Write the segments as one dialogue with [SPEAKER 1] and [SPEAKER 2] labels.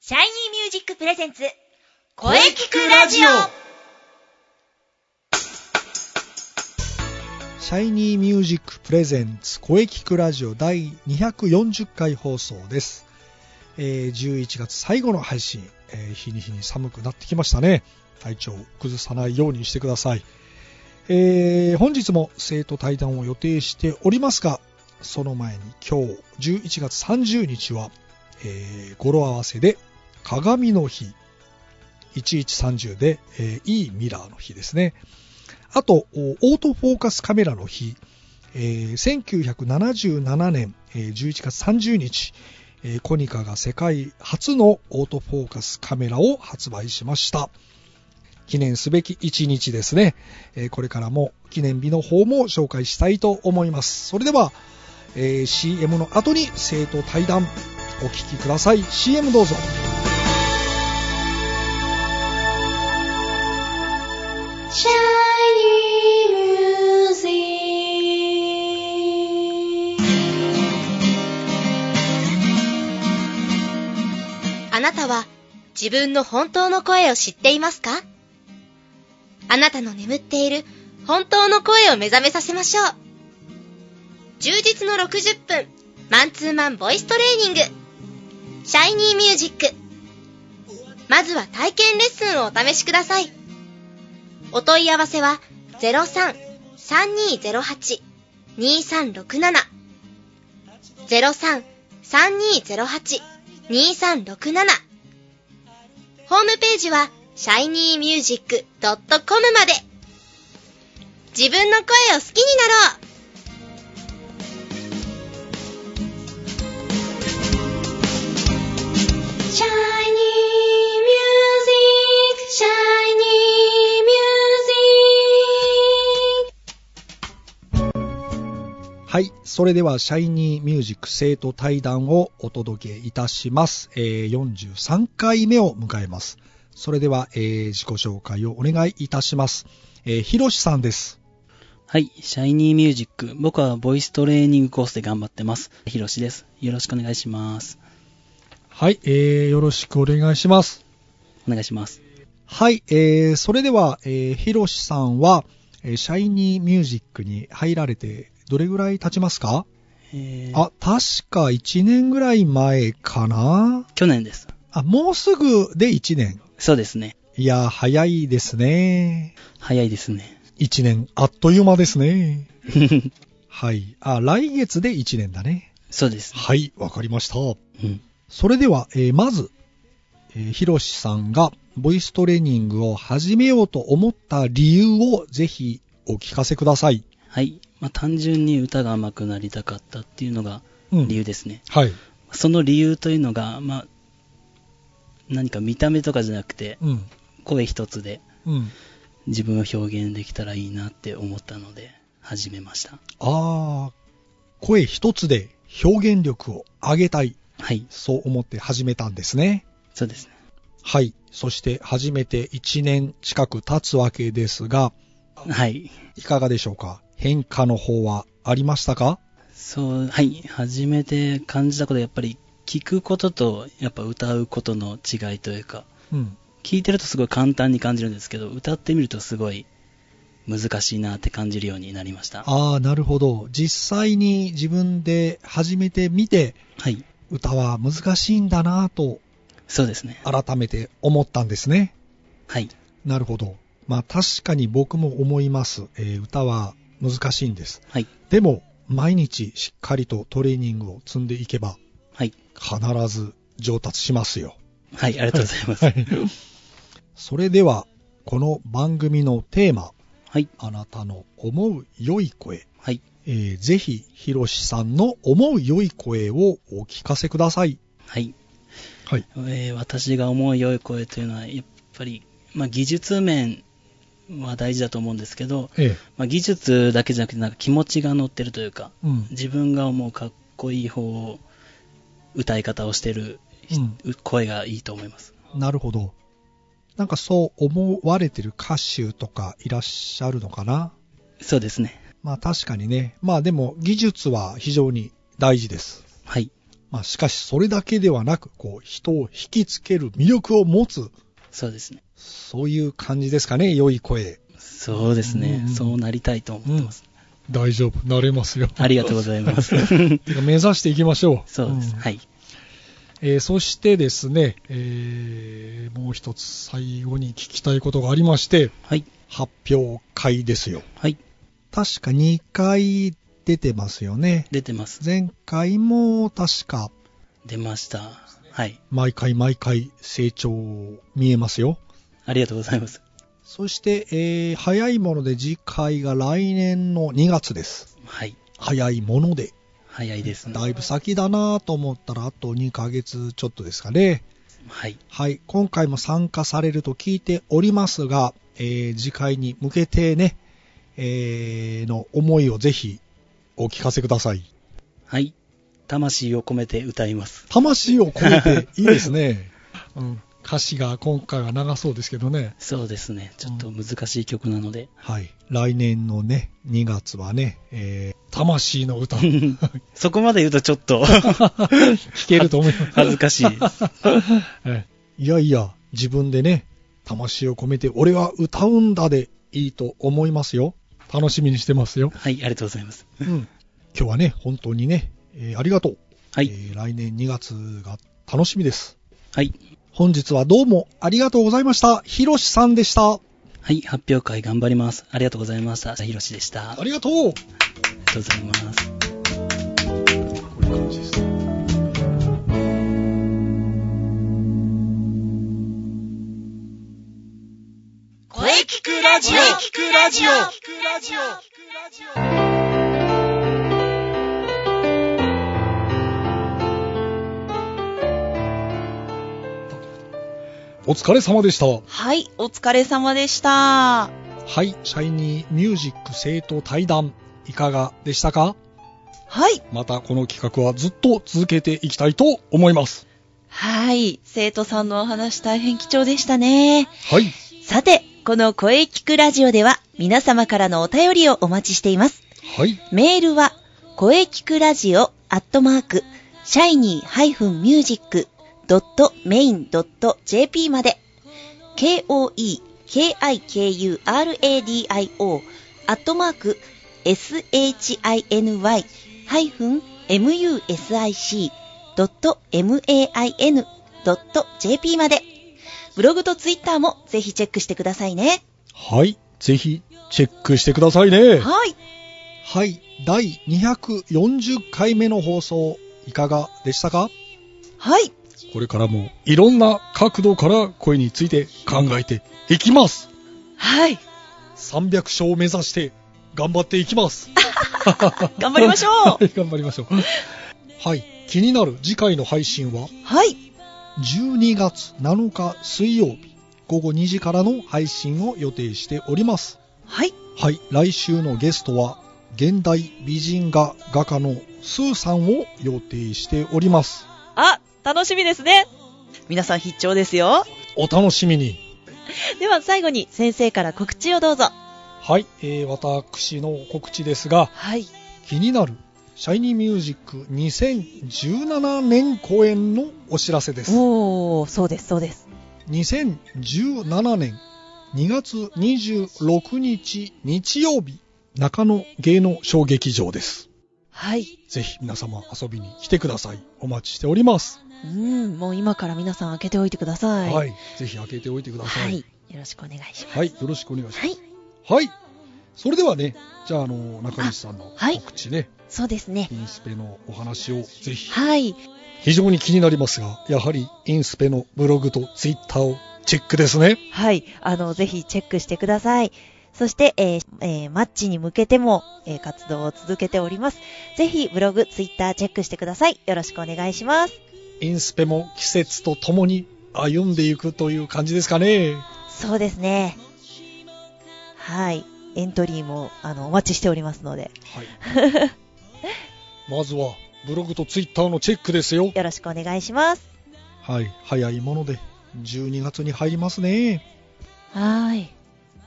[SPEAKER 1] シャイニーミュージックプレゼンツ、声聞くラジオ
[SPEAKER 2] シャイニーミュージックプレゼンツ声聞くラジオ第240回放送です、えー11月最後の配信、えー日に日に寒くなってきましたね体調を崩さないようにしてください、えー本日も生徒対談を予定しておりますがその前に今日11月30日は、えー語呂合わせで鏡の日1130で、えーいいミラーの日ですねあと、おオートフォーカスカメラの日、えー1977年、えー11月30日、えーコニカが世界初のオートフォーカスカメラを発売しました。記念すべき一日ですね、えーこれからも記念日の方も紹介したいと思います。それでは、えー CM の後に生徒対談お聞きください。CM どうぞ。
[SPEAKER 1] シャイニーミュージックあなたは自分の本当の声を知っていますかあなたの眠っている本当の声を目覚めさせましょう。充実の60分、マンツーマンボイストレーニング。シャイニーミュージック。まずは体験レッスンをお試しください。お問い合わせは03-3208-2367 03-3208-2367ホームページは shinymusic.com まで自分の声を好きになろうシャイニーミュージック、シャイニーミュージッ
[SPEAKER 2] はい。それでは、シャイニーミュージック生徒対談をお届けいたします。えー43回目を迎えます。それでは、えー自己紹介をお願いいたします。えーひろしさんです。
[SPEAKER 3] はい、シャイニーミュージック。僕はボイストレーニングコースで頑張ってます。ひろしです。よろしくお願いします。
[SPEAKER 2] はい。えーよろしくお願いします。
[SPEAKER 3] お願いします。
[SPEAKER 2] はい。えーそれでは、えーひろしさんは、えーシャイニーミュージックに入られて、どれぐらい経ちますか
[SPEAKER 3] えー、
[SPEAKER 2] あ、確か1年ぐらい前かな
[SPEAKER 3] 去年です。
[SPEAKER 2] あ、もうすぐで1年。
[SPEAKER 3] そうですね。
[SPEAKER 2] いやー、早いですね。
[SPEAKER 3] 早いですね。
[SPEAKER 2] 一年、あっという間ですね。はい。あ、来月で一年だね。
[SPEAKER 3] そうです。
[SPEAKER 2] はい、わかりました。
[SPEAKER 3] うん。
[SPEAKER 2] それでは、えーまず、えーひろしさんがボイストレーニングを始めようと思った理由をぜひお聞かせください。
[SPEAKER 3] はい。まあ、単純に歌が上手くなりたかったっていうのが
[SPEAKER 2] うん
[SPEAKER 3] 理由ですね。
[SPEAKER 2] はい。
[SPEAKER 3] その理由というのが、まあ、何か見た目とかじゃなくて、
[SPEAKER 2] うん。
[SPEAKER 3] 声一つで
[SPEAKER 2] うん。
[SPEAKER 3] 自分を表現できたらいいなって思ったので、始めました。
[SPEAKER 2] あー、声一つで表現力を上げたい。
[SPEAKER 3] はい。
[SPEAKER 2] そう思って始めたんですね。
[SPEAKER 3] そうですね。
[SPEAKER 2] はい。そして初めて1年近く経つわけですが、
[SPEAKER 3] はい。
[SPEAKER 2] いかがでしょうか変化の方はありましたか
[SPEAKER 3] そう、はい。初めて感じたことはやっぱり聞くこととやっぱ歌うことの違いというか、
[SPEAKER 2] うん。
[SPEAKER 3] 聞いてるとすごい簡単に感じるんですけど、歌ってみるとすごい難しいなって感じるようになりました。
[SPEAKER 2] ああ、なるほど。実際に自分で始めてみて、
[SPEAKER 3] はい。
[SPEAKER 2] 歌は難しいんだなぁと
[SPEAKER 3] そうですね。
[SPEAKER 2] 改めて思ったんですね。
[SPEAKER 3] はい。
[SPEAKER 2] なるほど。まあ確かに僕も思います。えー歌は難しいんです。
[SPEAKER 3] はい。
[SPEAKER 2] でも、毎日しっかりとトレーニングを積んでいけば、
[SPEAKER 3] はい。
[SPEAKER 2] 必ず上達しますよ。
[SPEAKER 3] はい。ありがとうございます。
[SPEAKER 2] はいそれでは、この番組のテーマ、
[SPEAKER 3] はい。
[SPEAKER 2] あなたの思う良い声、
[SPEAKER 3] はい。
[SPEAKER 2] えーぜひ、ひろしさんの思う良い声をお聞かせください。
[SPEAKER 3] はい。
[SPEAKER 2] はい。
[SPEAKER 3] えー私が思う良い声というのは、やっぱり、まあ、技術面は大事だと思うんですけど、
[SPEAKER 2] ええ。
[SPEAKER 3] まあ、技術だけじゃなくて、なんか気持ちが乗ってるというか、
[SPEAKER 2] うん。
[SPEAKER 3] 自分が思うかっこいい方を歌い方をしてる、う声がいいと思います
[SPEAKER 2] なるほど。なんかそう思われてる歌手とかいらっしゃるのかな
[SPEAKER 3] そうですね
[SPEAKER 2] まあ確かにね。まあでも技術は非常に大事です。
[SPEAKER 3] はい
[SPEAKER 2] まあ、しかしそれだけではなく、こう、人を引きつける魅力を持つ、
[SPEAKER 3] そうですね。
[SPEAKER 2] そういう感じですかね、良い声。
[SPEAKER 3] そうですね。
[SPEAKER 2] うん
[SPEAKER 3] そうなりたいと思ってます。
[SPEAKER 2] 大丈夫、なれますよ。
[SPEAKER 3] ありがとうございます。
[SPEAKER 2] てか目指していきましょう。
[SPEAKER 3] そうです。
[SPEAKER 2] ん
[SPEAKER 3] はい。
[SPEAKER 2] えーそしてですね、えーもう一つ最後に聞きたいことがありまして、
[SPEAKER 3] はい。
[SPEAKER 2] 発表会ですよ。
[SPEAKER 3] はい。
[SPEAKER 2] 確か2回出てますよね。
[SPEAKER 3] 出てます。
[SPEAKER 2] 前回も確か、
[SPEAKER 3] 出ました。はい。
[SPEAKER 2] 毎回毎回成長見えますよ。
[SPEAKER 3] ありがとうございます。
[SPEAKER 2] そして、えー早いもので次回が来年の2月です。
[SPEAKER 3] はい。
[SPEAKER 2] 早いもので。
[SPEAKER 3] 早いですね。
[SPEAKER 2] だいぶ先だなぁと思ったら、あと2ヶ月ちょっとですかね。
[SPEAKER 3] はい。
[SPEAKER 2] はい、今回も参加されると聞いておりますが、えー次回に向けてね、えーの思いをぜひお聞かせください。
[SPEAKER 3] はい。魂を込めて歌います。
[SPEAKER 2] 魂を込めていいですね。 うん、歌詞が今回は長そうですけどね。
[SPEAKER 3] そうですね。ちょっと難しい曲なので。
[SPEAKER 2] はい、来年のね、2月はね、えー魂の 歌、聴
[SPEAKER 3] そこまで言うとちょっと
[SPEAKER 2] けると思います。
[SPEAKER 3] 恥ずかしいです。
[SPEAKER 2] ええいやいや、自分でね、魂を込めて俺は歌うんだでいいと思いますよ。楽しみにしてますよ。
[SPEAKER 3] はい。ありがとうございます。
[SPEAKER 2] 今日はね、本当にね、えーありがとう。
[SPEAKER 3] は
[SPEAKER 2] え
[SPEAKER 3] い。
[SPEAKER 2] ー来年2月が楽しみです。
[SPEAKER 3] はい。
[SPEAKER 2] 本日はどうもありがとうございました。ひろしさんでした。
[SPEAKER 3] はい。発表会頑張ります。ありがとうございました。ひろしでした。あ
[SPEAKER 2] ありがとう。
[SPEAKER 3] りがとうございます。
[SPEAKER 1] 声聞くラジオ聞くラジオ
[SPEAKER 2] お疲れ様でした。
[SPEAKER 4] はい、お疲れ様でした。
[SPEAKER 2] はい、シャイニーミュージック生徒対談、いかがでしたか
[SPEAKER 4] はい。
[SPEAKER 2] またこの企画はずっと続けていきたいと思います。
[SPEAKER 4] はい、生徒さんのお話大変貴重でしたね。
[SPEAKER 2] はい。
[SPEAKER 4] さて、この声聞くラジオでは皆様からのお便りをお待ちしています。
[SPEAKER 2] はい。
[SPEAKER 4] メールは、声聞くラジオアットマーク、シャイニー -music.main.jp まで、k-o-e-k-i-k-u-r-a-d-i-o アットマーク、shiny-music.main.jp まで、ブログとツイッターもぜひチェックしてくださいね。
[SPEAKER 2] はい。ぜひ、チェックしてくださいね。
[SPEAKER 4] はい。
[SPEAKER 2] はい。第240回目の放送、いかがでしたか
[SPEAKER 4] はい。
[SPEAKER 2] これからも、いろんな角度から声について考えていきます。
[SPEAKER 4] はい。
[SPEAKER 2] 300勝を目指して、頑張っていきます。
[SPEAKER 4] 頑張りま しょう
[SPEAKER 2] はい頑張りましょう。はい。気になる次回の配信は、
[SPEAKER 4] はい。
[SPEAKER 2] 12月7日水曜日、午後2時からの配信を予定しております。
[SPEAKER 4] はい。
[SPEAKER 2] はい、来週のゲストは、現代美人画画家のスーさんを予定しております。
[SPEAKER 4] あ、楽しみですね。皆さん必聴ですよ。
[SPEAKER 2] お楽しみに。
[SPEAKER 4] では最後に先生から告知をどうぞ。
[SPEAKER 2] はい、えー私の告知ですが、
[SPEAKER 4] はい。
[SPEAKER 2] 気になるシャイニーミュージック2017年公演のお知らせです。
[SPEAKER 4] おー、そうです、そうです。
[SPEAKER 2] 2017年2月26日日曜日、中野芸能小劇場です。
[SPEAKER 4] はい。
[SPEAKER 2] ぜひ皆様遊びに来てください。お待ちしております。
[SPEAKER 4] うん、もう今から皆さん開けておいてください。
[SPEAKER 2] はい、ぜひ開けておいてくださ
[SPEAKER 4] はいい。。よろしくお願いします。
[SPEAKER 2] はい、よろしくお願いします。
[SPEAKER 4] はい。
[SPEAKER 2] はい。それではね、じゃあ、あの、中西さんの
[SPEAKER 4] あはい
[SPEAKER 2] 告知ね、
[SPEAKER 4] そうですね。
[SPEAKER 2] インスペのお話をぜひ。
[SPEAKER 4] はい。
[SPEAKER 2] 非常に気になりますが、やはりインスペのブログとツイッターをチェックですね。
[SPEAKER 4] はい。あの、ぜひチェックしてください。そして、えーえーマッチに向けても、えー活動を続けております。ぜひ、ブログ、ツイッターチェックしてください。よろしくお願いします。
[SPEAKER 2] インスペも季節とともに歩んでいくという感じですかね。
[SPEAKER 4] そうですね。はい。エントリーも、あの、お待ちしておりますの で、
[SPEAKER 2] はい。まずは、ブログとツイッターのチェックですよ。
[SPEAKER 4] よろしくお願いします。
[SPEAKER 2] はい。早いもので、12月に入りますね。
[SPEAKER 4] はい。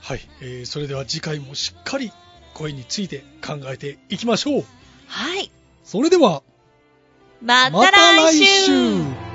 [SPEAKER 2] はい、えーそれでは次回もしっかり声について考えていきましょう
[SPEAKER 4] はい。
[SPEAKER 2] それでは
[SPEAKER 1] また来週
[SPEAKER 2] また来週